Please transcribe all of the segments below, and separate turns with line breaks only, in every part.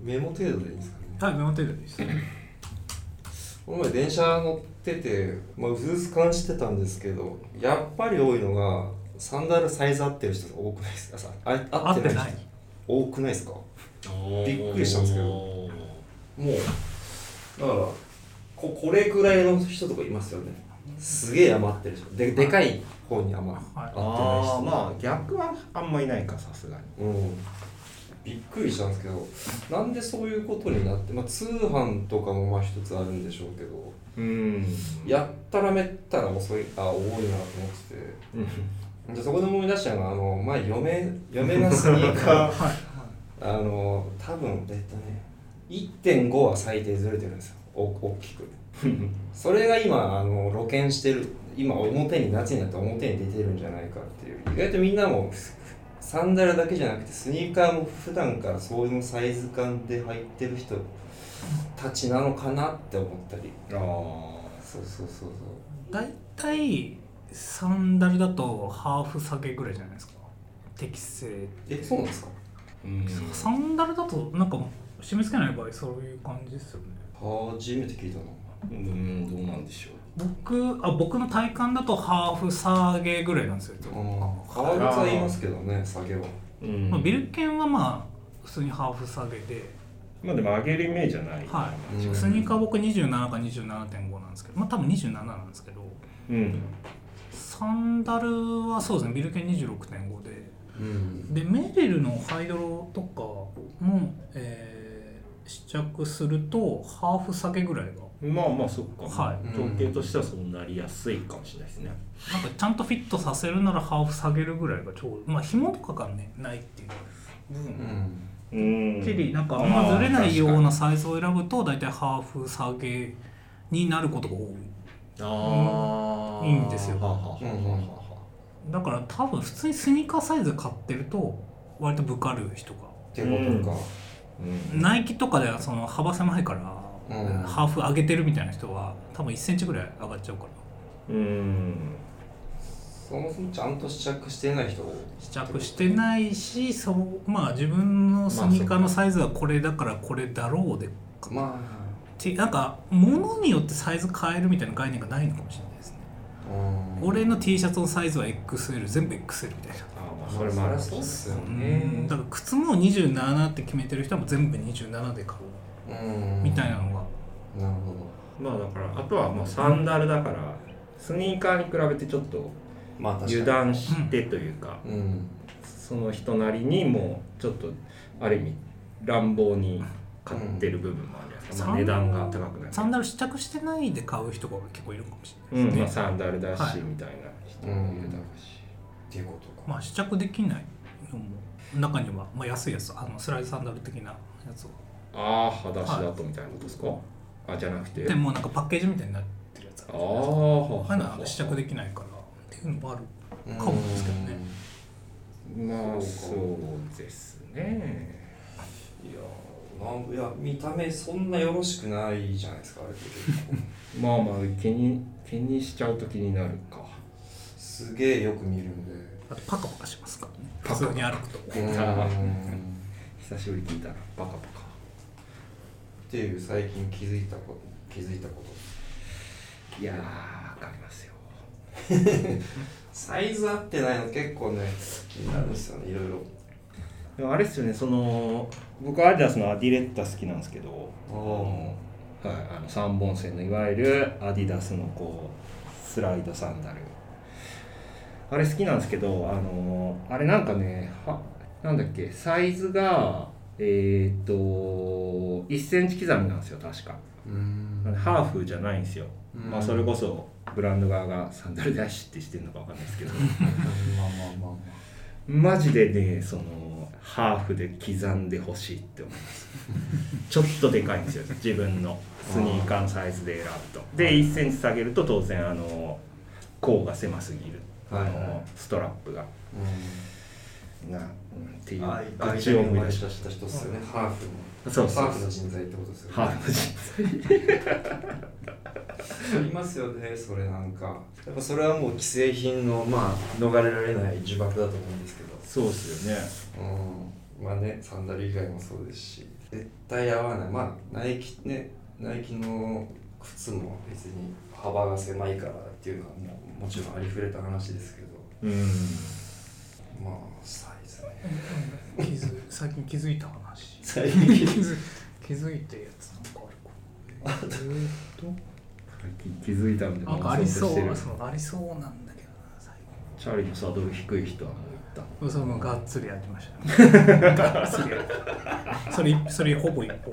メモ程度でいいですかね
はい、メモ程度です。
この前電車乗ってて、まあ、うずうず感じてたんですけどやっぱり多いのがサンダルサイズ合ってる人が多くないですかさあ合
合
っ
って
て
な
ない
い
人。多くないですかびっくりしたんですけどもうだからここれくらいの人とかいますよねすげえ余ってる人ででかい方に余ってない
はい
人
ああまあ逆はあんまいないかさすがに
うんびっくりしたんですけどなんでそういうことになって、まあ、通販とかもまあ一つあるんでしょうけど
うん
やったらめったら遅いあ多いなと思っててじゃあそこで思い出したのがあの前嫁嫁のスニー カーあの多分えっとね1.5は最低ずれてるんですよお大きくそれが今あの露見してる今表に夏になって表に出てるんじゃないかっていう意外とみんなもサンダルだけじゃなくてスニーカーも普段からそういうサイズ感で履いてる人たちなのかなって思ったり
ああ
そうそうそうそ
大体、サンダルだとハーフ下げぐらいじゃないですか。適正。
うえそうなんですか
うん
サンダルだと、なんか、締め付けない場合、そういう感じですよね。
初めて聞いたな
うんどうなんでしょう
僕あ僕の体感だとハーフ下げぐらいなんですよ、いつ
うん
も
革靴は言いますけどね下げは
うん
まあ、ビルケンはまあ普通にハーフ下げで、
まあでも上げるイメージじゃない
は
う
い、
ん
スニーカー僕27か27.5なんですけどまあ多分27なんですけど
うん
サンダルはそうですねビルケン26.5で
うん
でメレルのハイドロとかも、えー試着するとハーフ下げぐらいが
まあまあそっか、
はい
統計としてはそうなりやすいかもしれないですね、
なんかちゃんとフィットさせるならハーフ下げるぐらいがちょうどまあ紐とかがねないっていう部分
うん
うん
きりなんかあん
あ
ま
ー
ずれないようなサイズを選ぶと大体ハーフ下げになることが多い
ああ
いいんですよ
はあはあはあはあは
だから多分普通にスニーカーサイズ買ってると割とぶかる人が
ってことか
うん
ナイキとかではその幅狭いから、
うん
ハーフ上げてるみたいな人は多分1センチぐらい上がっちゃうから
うん
そもそもちゃんと試着してない人多い
試着してないしそうまあ自分のスニーカーのサイズはこれだからこれだろうで
ま
ってなんか物によってサイズ変えるみたいな概念がないのかもしれないですね
あうん
俺の T シャツのサイズは XL 全部 XL みたいな
ああまあ
そ
そ
れ
れ
も
も
あ
あ
れ
る
そうっすよ
うん
ね
だから靴も27って決めてる人はもう全部27で買う
うん
みたいなのが
なるほど
まあだからあとはまあサンダルだからスニーカーに比べてちょっと
まあ確かに
油断してというか
うん
その人なりにもうちょっとある意味乱暴に買ってる部分もあるじゃないですか、まあ、値段が高くな
サン
い
ダル試着してないで買う人が結構いるかもし
う
れない
ん
ですね、
まあ、サンダルだし、
はい
みたいな人もいるだろうし、
っていうことか
まあ試着できないのも中には、まあ、安いやつあのスライドサンダル的なやつを
ああ裸足だとみたいなことですか、あじゃなくて
でもうなんかパッケージみたいになってるやつあ
あ
る
あ
じゃないですかああいうのは試着
で
できないからっていうのもあるかもですけどね
まあそうですね
いやなんいや見た目そんなよろしくないじゃないですかあれって結 構
まあまあ気に気にしちゃうと気になるか
すげえよく見る んで
あとパカパカしますからね
パカ
普通に歩くと
うん
久しぶりに聞いたらバカバカ
っていう最近気づいたこと気づいたこと
いやーわかりますよ
サイズ合ってないの結構ね気になるんですよねいろいろ
でもあれっすよねその僕アディダスのアディレッタ好きなんですけどあの、はい、あの3本線のいわゆるアディダスのこうスライドサンダルあれ好きなんですけどあのあれなんかねはなんだっけサイズがえーっと1センチ刻みなんですよ確か
うん
なんでハーフじゃないんですよ、
うん
まあそれこそブランド側がサンダルで走ってしてるのかわかんないですけど
まあまあまあまあ
マジでねそのハーフで刻んでほしいって思いますちょっとでかいんですよ自分のスニーカーのサイズで選ぶとで1センチ下げると当然あの甲が狭すぎる、
はい
あのストラップがなうんっていう
あい
愚
一
痴を
応
思い
思い
出
出
し
した人っすよね、ハーフ
た
の
そうそう
ハーフの人材ってことですよ
ハ
ね、
ーフの人
い、いますよねそれなんかやっぱそれはもう既製品のまあ逃れられない呪縛だと思うんですけど
そうっすよね
うんまあねサンダル以外もそうですし絶対合わないまあナイキねナイキの靴も別に幅が狭いからっていうのはもうもちろんありふれた話ですけど
うん
まあサイズね
気づ最近気づいた話
最
気
近
づ気づいたやつなんかあるかえーっと
最近気づいたみたいな
なんかありそ
話をして
う
る
そうありそうなんだけどな最
チャーリーのサドル低い人はもう行っ
近それもがっつりやってました、 がっつりやってそれそれほぼ一方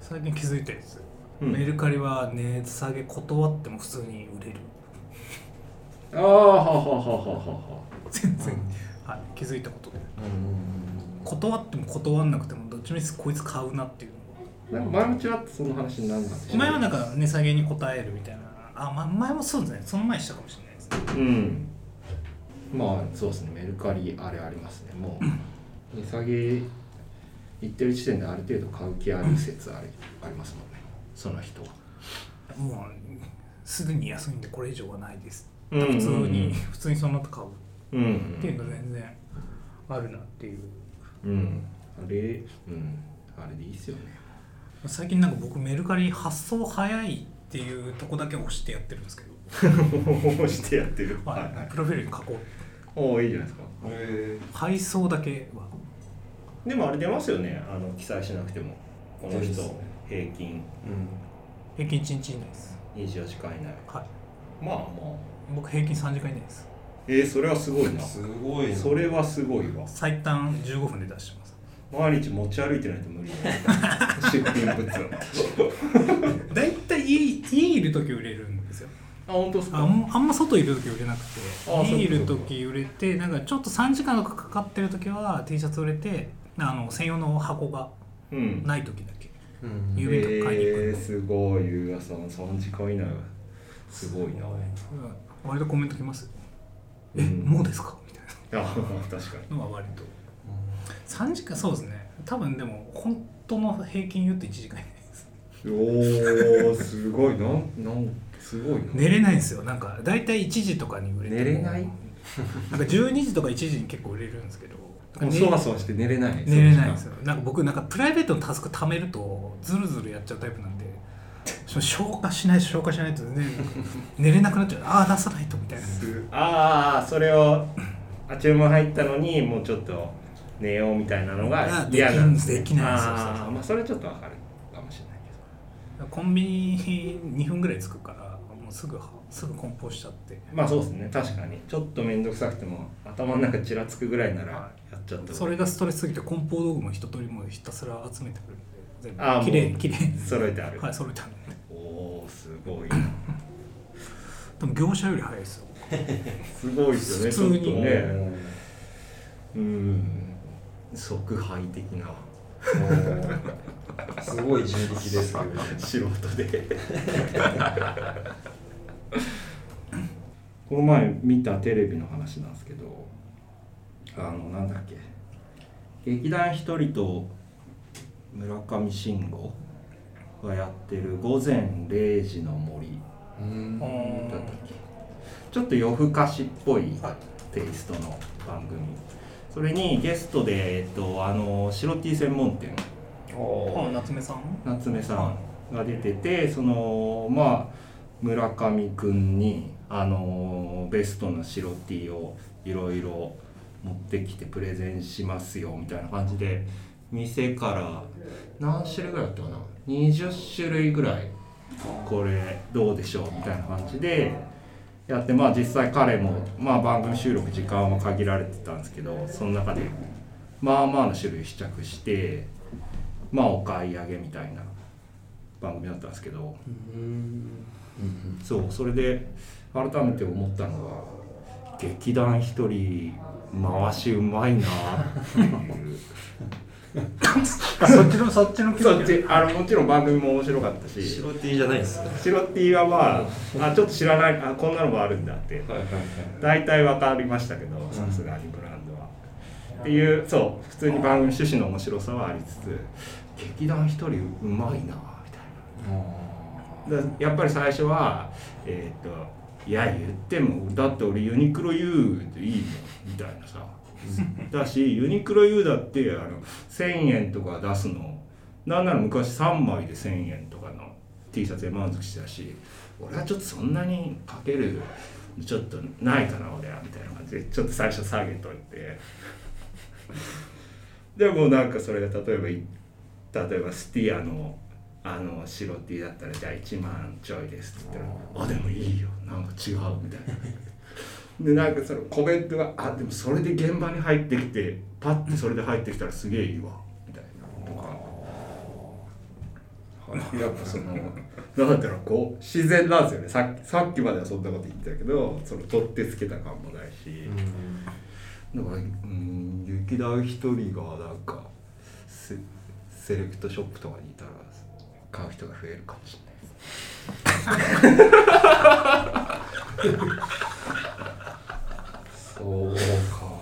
最近気づいたやつ、
うん
メルカリは値下げ断っても普通に売れる
たああははははは
全然、はい、気づいたことで断っても断んなくてもどっちみちこいつ買うなっていうのが
なんか前もちらっとその話になるなって
前はなんか値下げに応えるみたいなあ、ま、前もそうですねその前したかもしれないですね
うんまあそうですねメルカリあれありますねもう値下げ行ってる時点である程度買う気ある説ありありますもんねその人は
もうすでに安いんでこれ以上はないです
うん
普通に普通にその後買う
うん
っていうの全然あるなっていう
うんあれうんあれでいいっすよね
最近なんか僕メルカリ発送早いっていうとこだけ押してやってるんですけど、
してやってる
はいプロフィールに書こう
おおいいじゃないですか
え
配送だけは
でもあれ出ますよねあの記載しなくてもこの
そうで
人
すね
平均
うん
平均1日以内です
24時間以内
はい
まあまあ
僕平均3時間以内です
えー、それはすごいな
すごいな
それはすごいわ
最短15分で出してます
毎日持ち歩いてないと無 理だよ出品物を
だいたい家家いる時売れるんですよ
あ本当です
あんあんま外いる時売れなく
あ
て
そう
家
い
いうる
ことか
時売れてなんかちょっと3時間とかかかってる時は T シャツ売れてあの専用の箱が
うん
ない時だけ
うん
郵便局買いに行く
えー、すごい優雅さん3時間以内はすごい
う
な
ん割とコメント来ますよ
え
もうですかみたい
あ 確かに
なのは割と3時間そうですね多分でも本当の平均言うと1時間以内です
おおすごい なんなんすごいな、
寝れないんですよなんか大体1時とかに売れても
寝れない
なんか12時とか1時に結構売れるん ですけど
もうそわそわして寝れない
寝れないんです
よ
よなんか僕なんかプライベートのタスク貯めるとズルズルやっちゃうタイプなんでその消化しない消化しないと全然寝れなくなっちゃうああ出さないとみたいな
ああそれをあ注文入ったのにもうちょっと寝ようみたいなのが
あ
嫌なんです、ね、
できんできないそうそう
あ
そ
ー
う
まあそれちょっとわかるかもしれないけど
コンビニ2分ぐらい着くからもうすぐはすぐ梱包しちゃって
まあそうですね確かにちょっと面倒くさくても頭の中ちらつくぐらいなら
は
やっちゃった
それがストレスすぎて梱包道具も一通りもうひたすら集めてくるんで全部
あーもう
きれいに きれいに
揃えてある、
はい揃えたんで
おおすごい
でも業者より早いですよ
すごいですよね
普通に
ちょっとねうん即敗的な
すごい人力ですけど
素人で この前見たテレビの話なんですけどあのなんだっけ劇団ひとりと村上信五がやってる「午前0時の森」
うん
だったっけちょっと夜更かしっぽいテイストの番組それにゲストで、えっと、あの白 T 専門店
あ夏目さん
夏目さんが出ててそのまあ村上くんにあのベストな白 T をいろいろ持ってきてプレゼンしますよみたいな感じで店から何種類ぐらいだったかな20種類ぐらいこれどうでしょうみたいな感じでやってまあ実際彼も、まあ、番組収録時間は限られてたんですけどその中でまあまあの種類試着してまあお買い上げみたいな番組だったんですけどそうそれで改めて思ったのが劇団一人回しうまいなっていう
そっちのそっちの
そっちあのもちろん番組も面白かったし
白 T じゃないです
白 T はまああちょっと知らないあこんなのもあるんだって
はいはい
大体分かりましたけどさすがにブランドは。っていうそう普通に番組趣旨の面白さはありつつ劇団一人うまいなみたいなだやっぱり最初はえーっと「いや言ってもだって俺ユニクロ言うでいいもん」みたいなさだしユニクロ U だってあの1,000円とか出すのなんなら昔3枚で1,000円とかの T シャツで満足してたし俺はちょっとそんなにかけるちょっとないかな俺はみたいな感じでちょっと最初下げといてでもなんかそれが例えばい例えばスティアのあの白 T だったらじゃあ1万ちょいですって言ったら「あでもいいよなんか違う」みたいな。でなんかそのコメントが「あでもそれで現場に入ってきてパッてそれで入ってきたらすげえいいわ」みたいなとかやっぱそのなんだろうこう自然なんですよねさっきさっきまではそんなこと言ってたけどその取ってつけた感もないし。だからうん劇団一人がなんかセセレクトショップとかにいたら買う人が増えるかもし
そうか
れない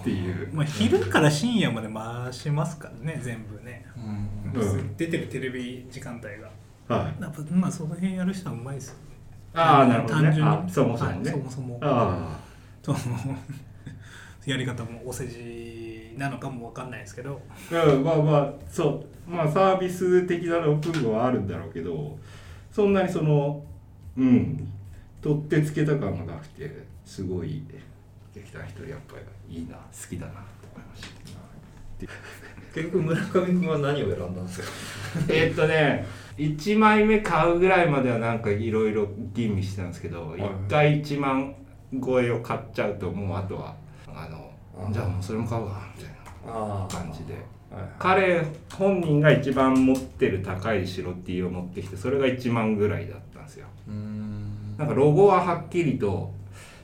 っていう、
まあ、昼から深夜まで回しますからね全部ね、
うん
うん
出てるテレビ時間帯が
はい、
やっぱまあその辺やる人はうまいですよね
ああなるほど
単
ね
純に
あそもそもね、
はいそもそも
あ
そのやり方もお世辞なのかもわかんないですけど
あうんまあまあそうまあサービス的なの部分はあるんだろうけどそんなにそのうん取ってつけた感がなくてすごい劇団一人やっぱりいいな好きだなと思いました。
結局村上君は何を選んだんですか
えーっとね1枚目買うぐらいまではなんかいろいろ吟味してたんですけど、
い
一回1万超えを買っちゃうともうあとはあの
あー
じゃあもうそれも買うわみたい
あ
な感じで
あ、はい
彼本人が一番持ってる高い白 T を持ってきてそれが1万ぐらいだったんですよ
うーん
なんかロゴははっきりと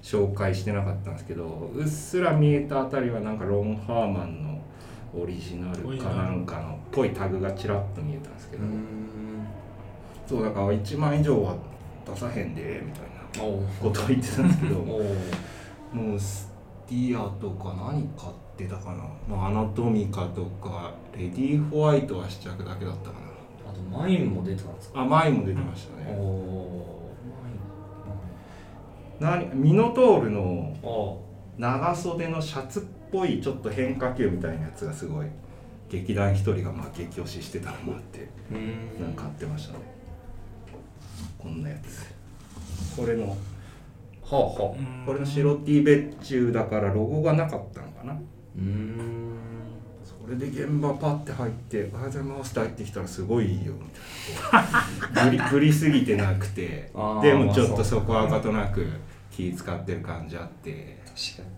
紹介してなかったんですけどうっすら見えたあたりはなんかロン・ハーマンのオリジナルかなんかのっぽいタグがちらっと見えたんですけ
う
ど、
ーん
そうだから1万以上は出さへんでみたいな
おう
ことを言ってたんですけど
お
も
う
うスティアとか何買ってたかな、まあ、アナトミカとかレディー・ホワイトは試着だけだったか
あとマインも出てたんですか
なあ前も出てましたね
お
何ミノトールの
マインお
長袖のシャツっぽいちょっと変化球みたいなやつがすごい劇団一人がまあ激推ししてたのもあって
うー
なん
ん
か買ってましたねこんなやつこれの
はあはあ
これの白 T 別注だからロゴがなかったのかな
うーん
それで現場パッて入って「おはようございます」って入ってきたらすごい いいよみたいなこうぶりぶりすぎてなくて
あー
でもちょっ
ま
と
あそう
そこはかとなく気使ってる感じあって
確かに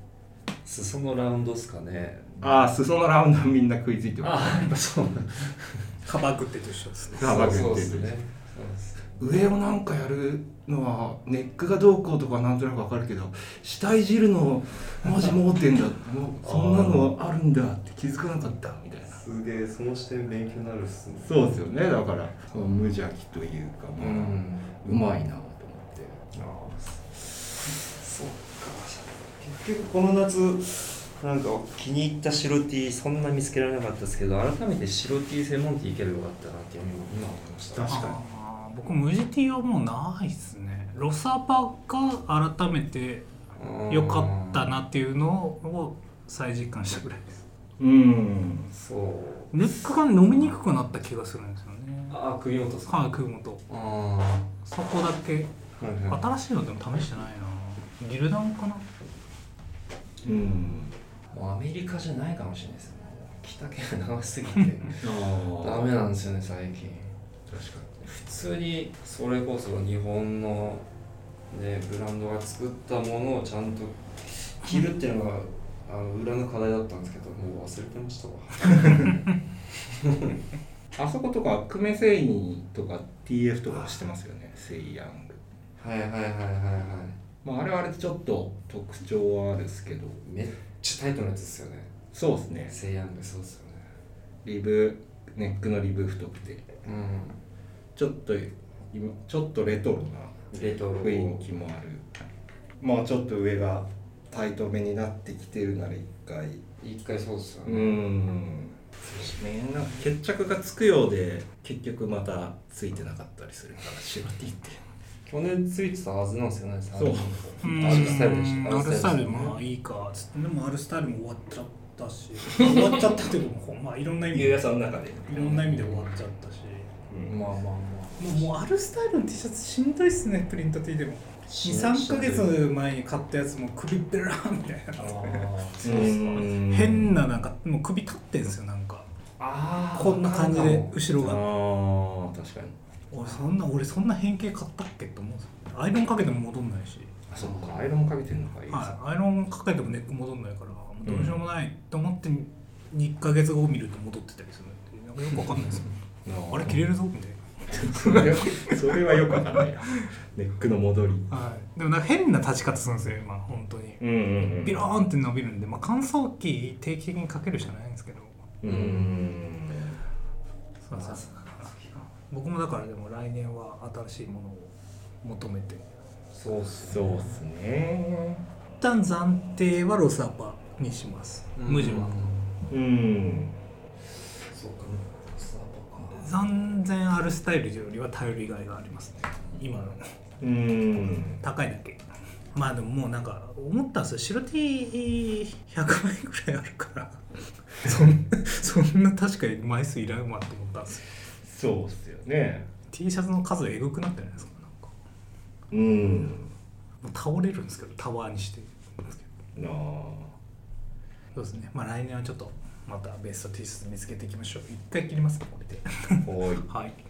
裾のラウンドっすかね
ああ裾のラウンドはみんな食いついてます
ああやっぱそうなんだ
カバーグってと一緒ですね
ガバグ
そう
っ
で
て
す
言って
ね
る上をなんかやるのはネックがどうこうとかなんとなくわかるけど下いじるのマジ盲点だもうそんなのあるんだって気づかなかったみたいな
すげえその視点勉強になるっすね
そうですよねだからその無邪気というか、
う
まあ
ん
うまいなと思って
ああそっか結局この夏なんか気に入った白 T そんな見つけられなかったですけど改めて白 T 専門店行けばよかったなって今今思いました
確かに
あー僕無地 T はもうないっすねロサパが改めて良かったなっていうのを再実感したぐらいです
うん
そう
ネックが飲みにくくなった気がするんですよね
ああ首元っすか
歯組むと
ああ
そこだけ
はいはい
新しいのでも試してないなギルダンかな
うん
もうアメリカじゃないかもしれないですね北県が長すぎてダメなんですよね最近
確か
普通にそれこそ日本の、ね、ブランドが作ったものをちゃんと着るっていうのがあの裏の課題だったんですけどもう忘れてましたわ
にあそことか久米繊維とか TF とかしてますよねセイヤング
はいはいはいはいはい
まああれはあれでちょっと特徴はあるですけど
めっちゃタイトなやつですよね
そうですね
セイヤングそうですよね
リブネックのリブ太くて
う
ちょっと今ちょっとレトロなん
レトロ
雰囲気もあるまあちょっと上がタイトめになってきてるなら一回
一回そうですよ
う
ね、
んなんか決着がつくようで結局またついてなかったりするから白 T って
去年ついてたはずなんですよね
そう
あのアルスタイルでした
アルスタイル
ですね
もいいかっつってでもアルスタイルも終わっちゃったったし 終わっちゃったっていうかもうまあいろんな意味
ゆう
で
やさんの中で
いろんな意味で終わっちゃったし
うん
まあまあま
もうもうアルスタイルの T シャツしんどいっすねプリント T でも
あ
23か月前に買ったやつも首ベラーみたいな
うん
変ななんかもう首立ってんすよなんか
あー
こんな感じで後ろ
あ
が
ー確かに
俺そんな俺そんな変形買ったっけって思うんですよアイロンかけても戻んないし、
あそっかアイロンかけてるのかいいです
はい、アイロンかけてもネック戻んないからもうどうしようもないと思って2ヶ月後見ると戻ってたりするっていうなんかよくわかんないですよあれ切れるぞみたい
それはそれはよくわかんないなネックの戻り
な、はい、でもなんか変な立ち方するんですよ今本当に
うんうんうん
ビローンって伸びるんで、まあ、乾燥機定期的にかけるしかないんですけど
うんうんうん
そうそうそう僕もだからでも来年は新しいものを求めて
そうっす
そうっすね
一旦暫定はロスアパにします無地は
うん
そうかスー
残全あるスタイルよりは頼りがいがありますね今の
うん
高いだけまあでももうなんか思ったんですよ白 T100 枚ぐらいあるからそんそんな確かに枚数いらんわって思ったんですよ
そうっすよね
T シャツの数えぐくなってないですかなんか
うん
もう倒れるんですけどタワーにしてるんですけど
なあ
そうですねまあ来年はちょっとまたベスト T シャツ見つけていきましょう一回切りますかこれで
おい
はい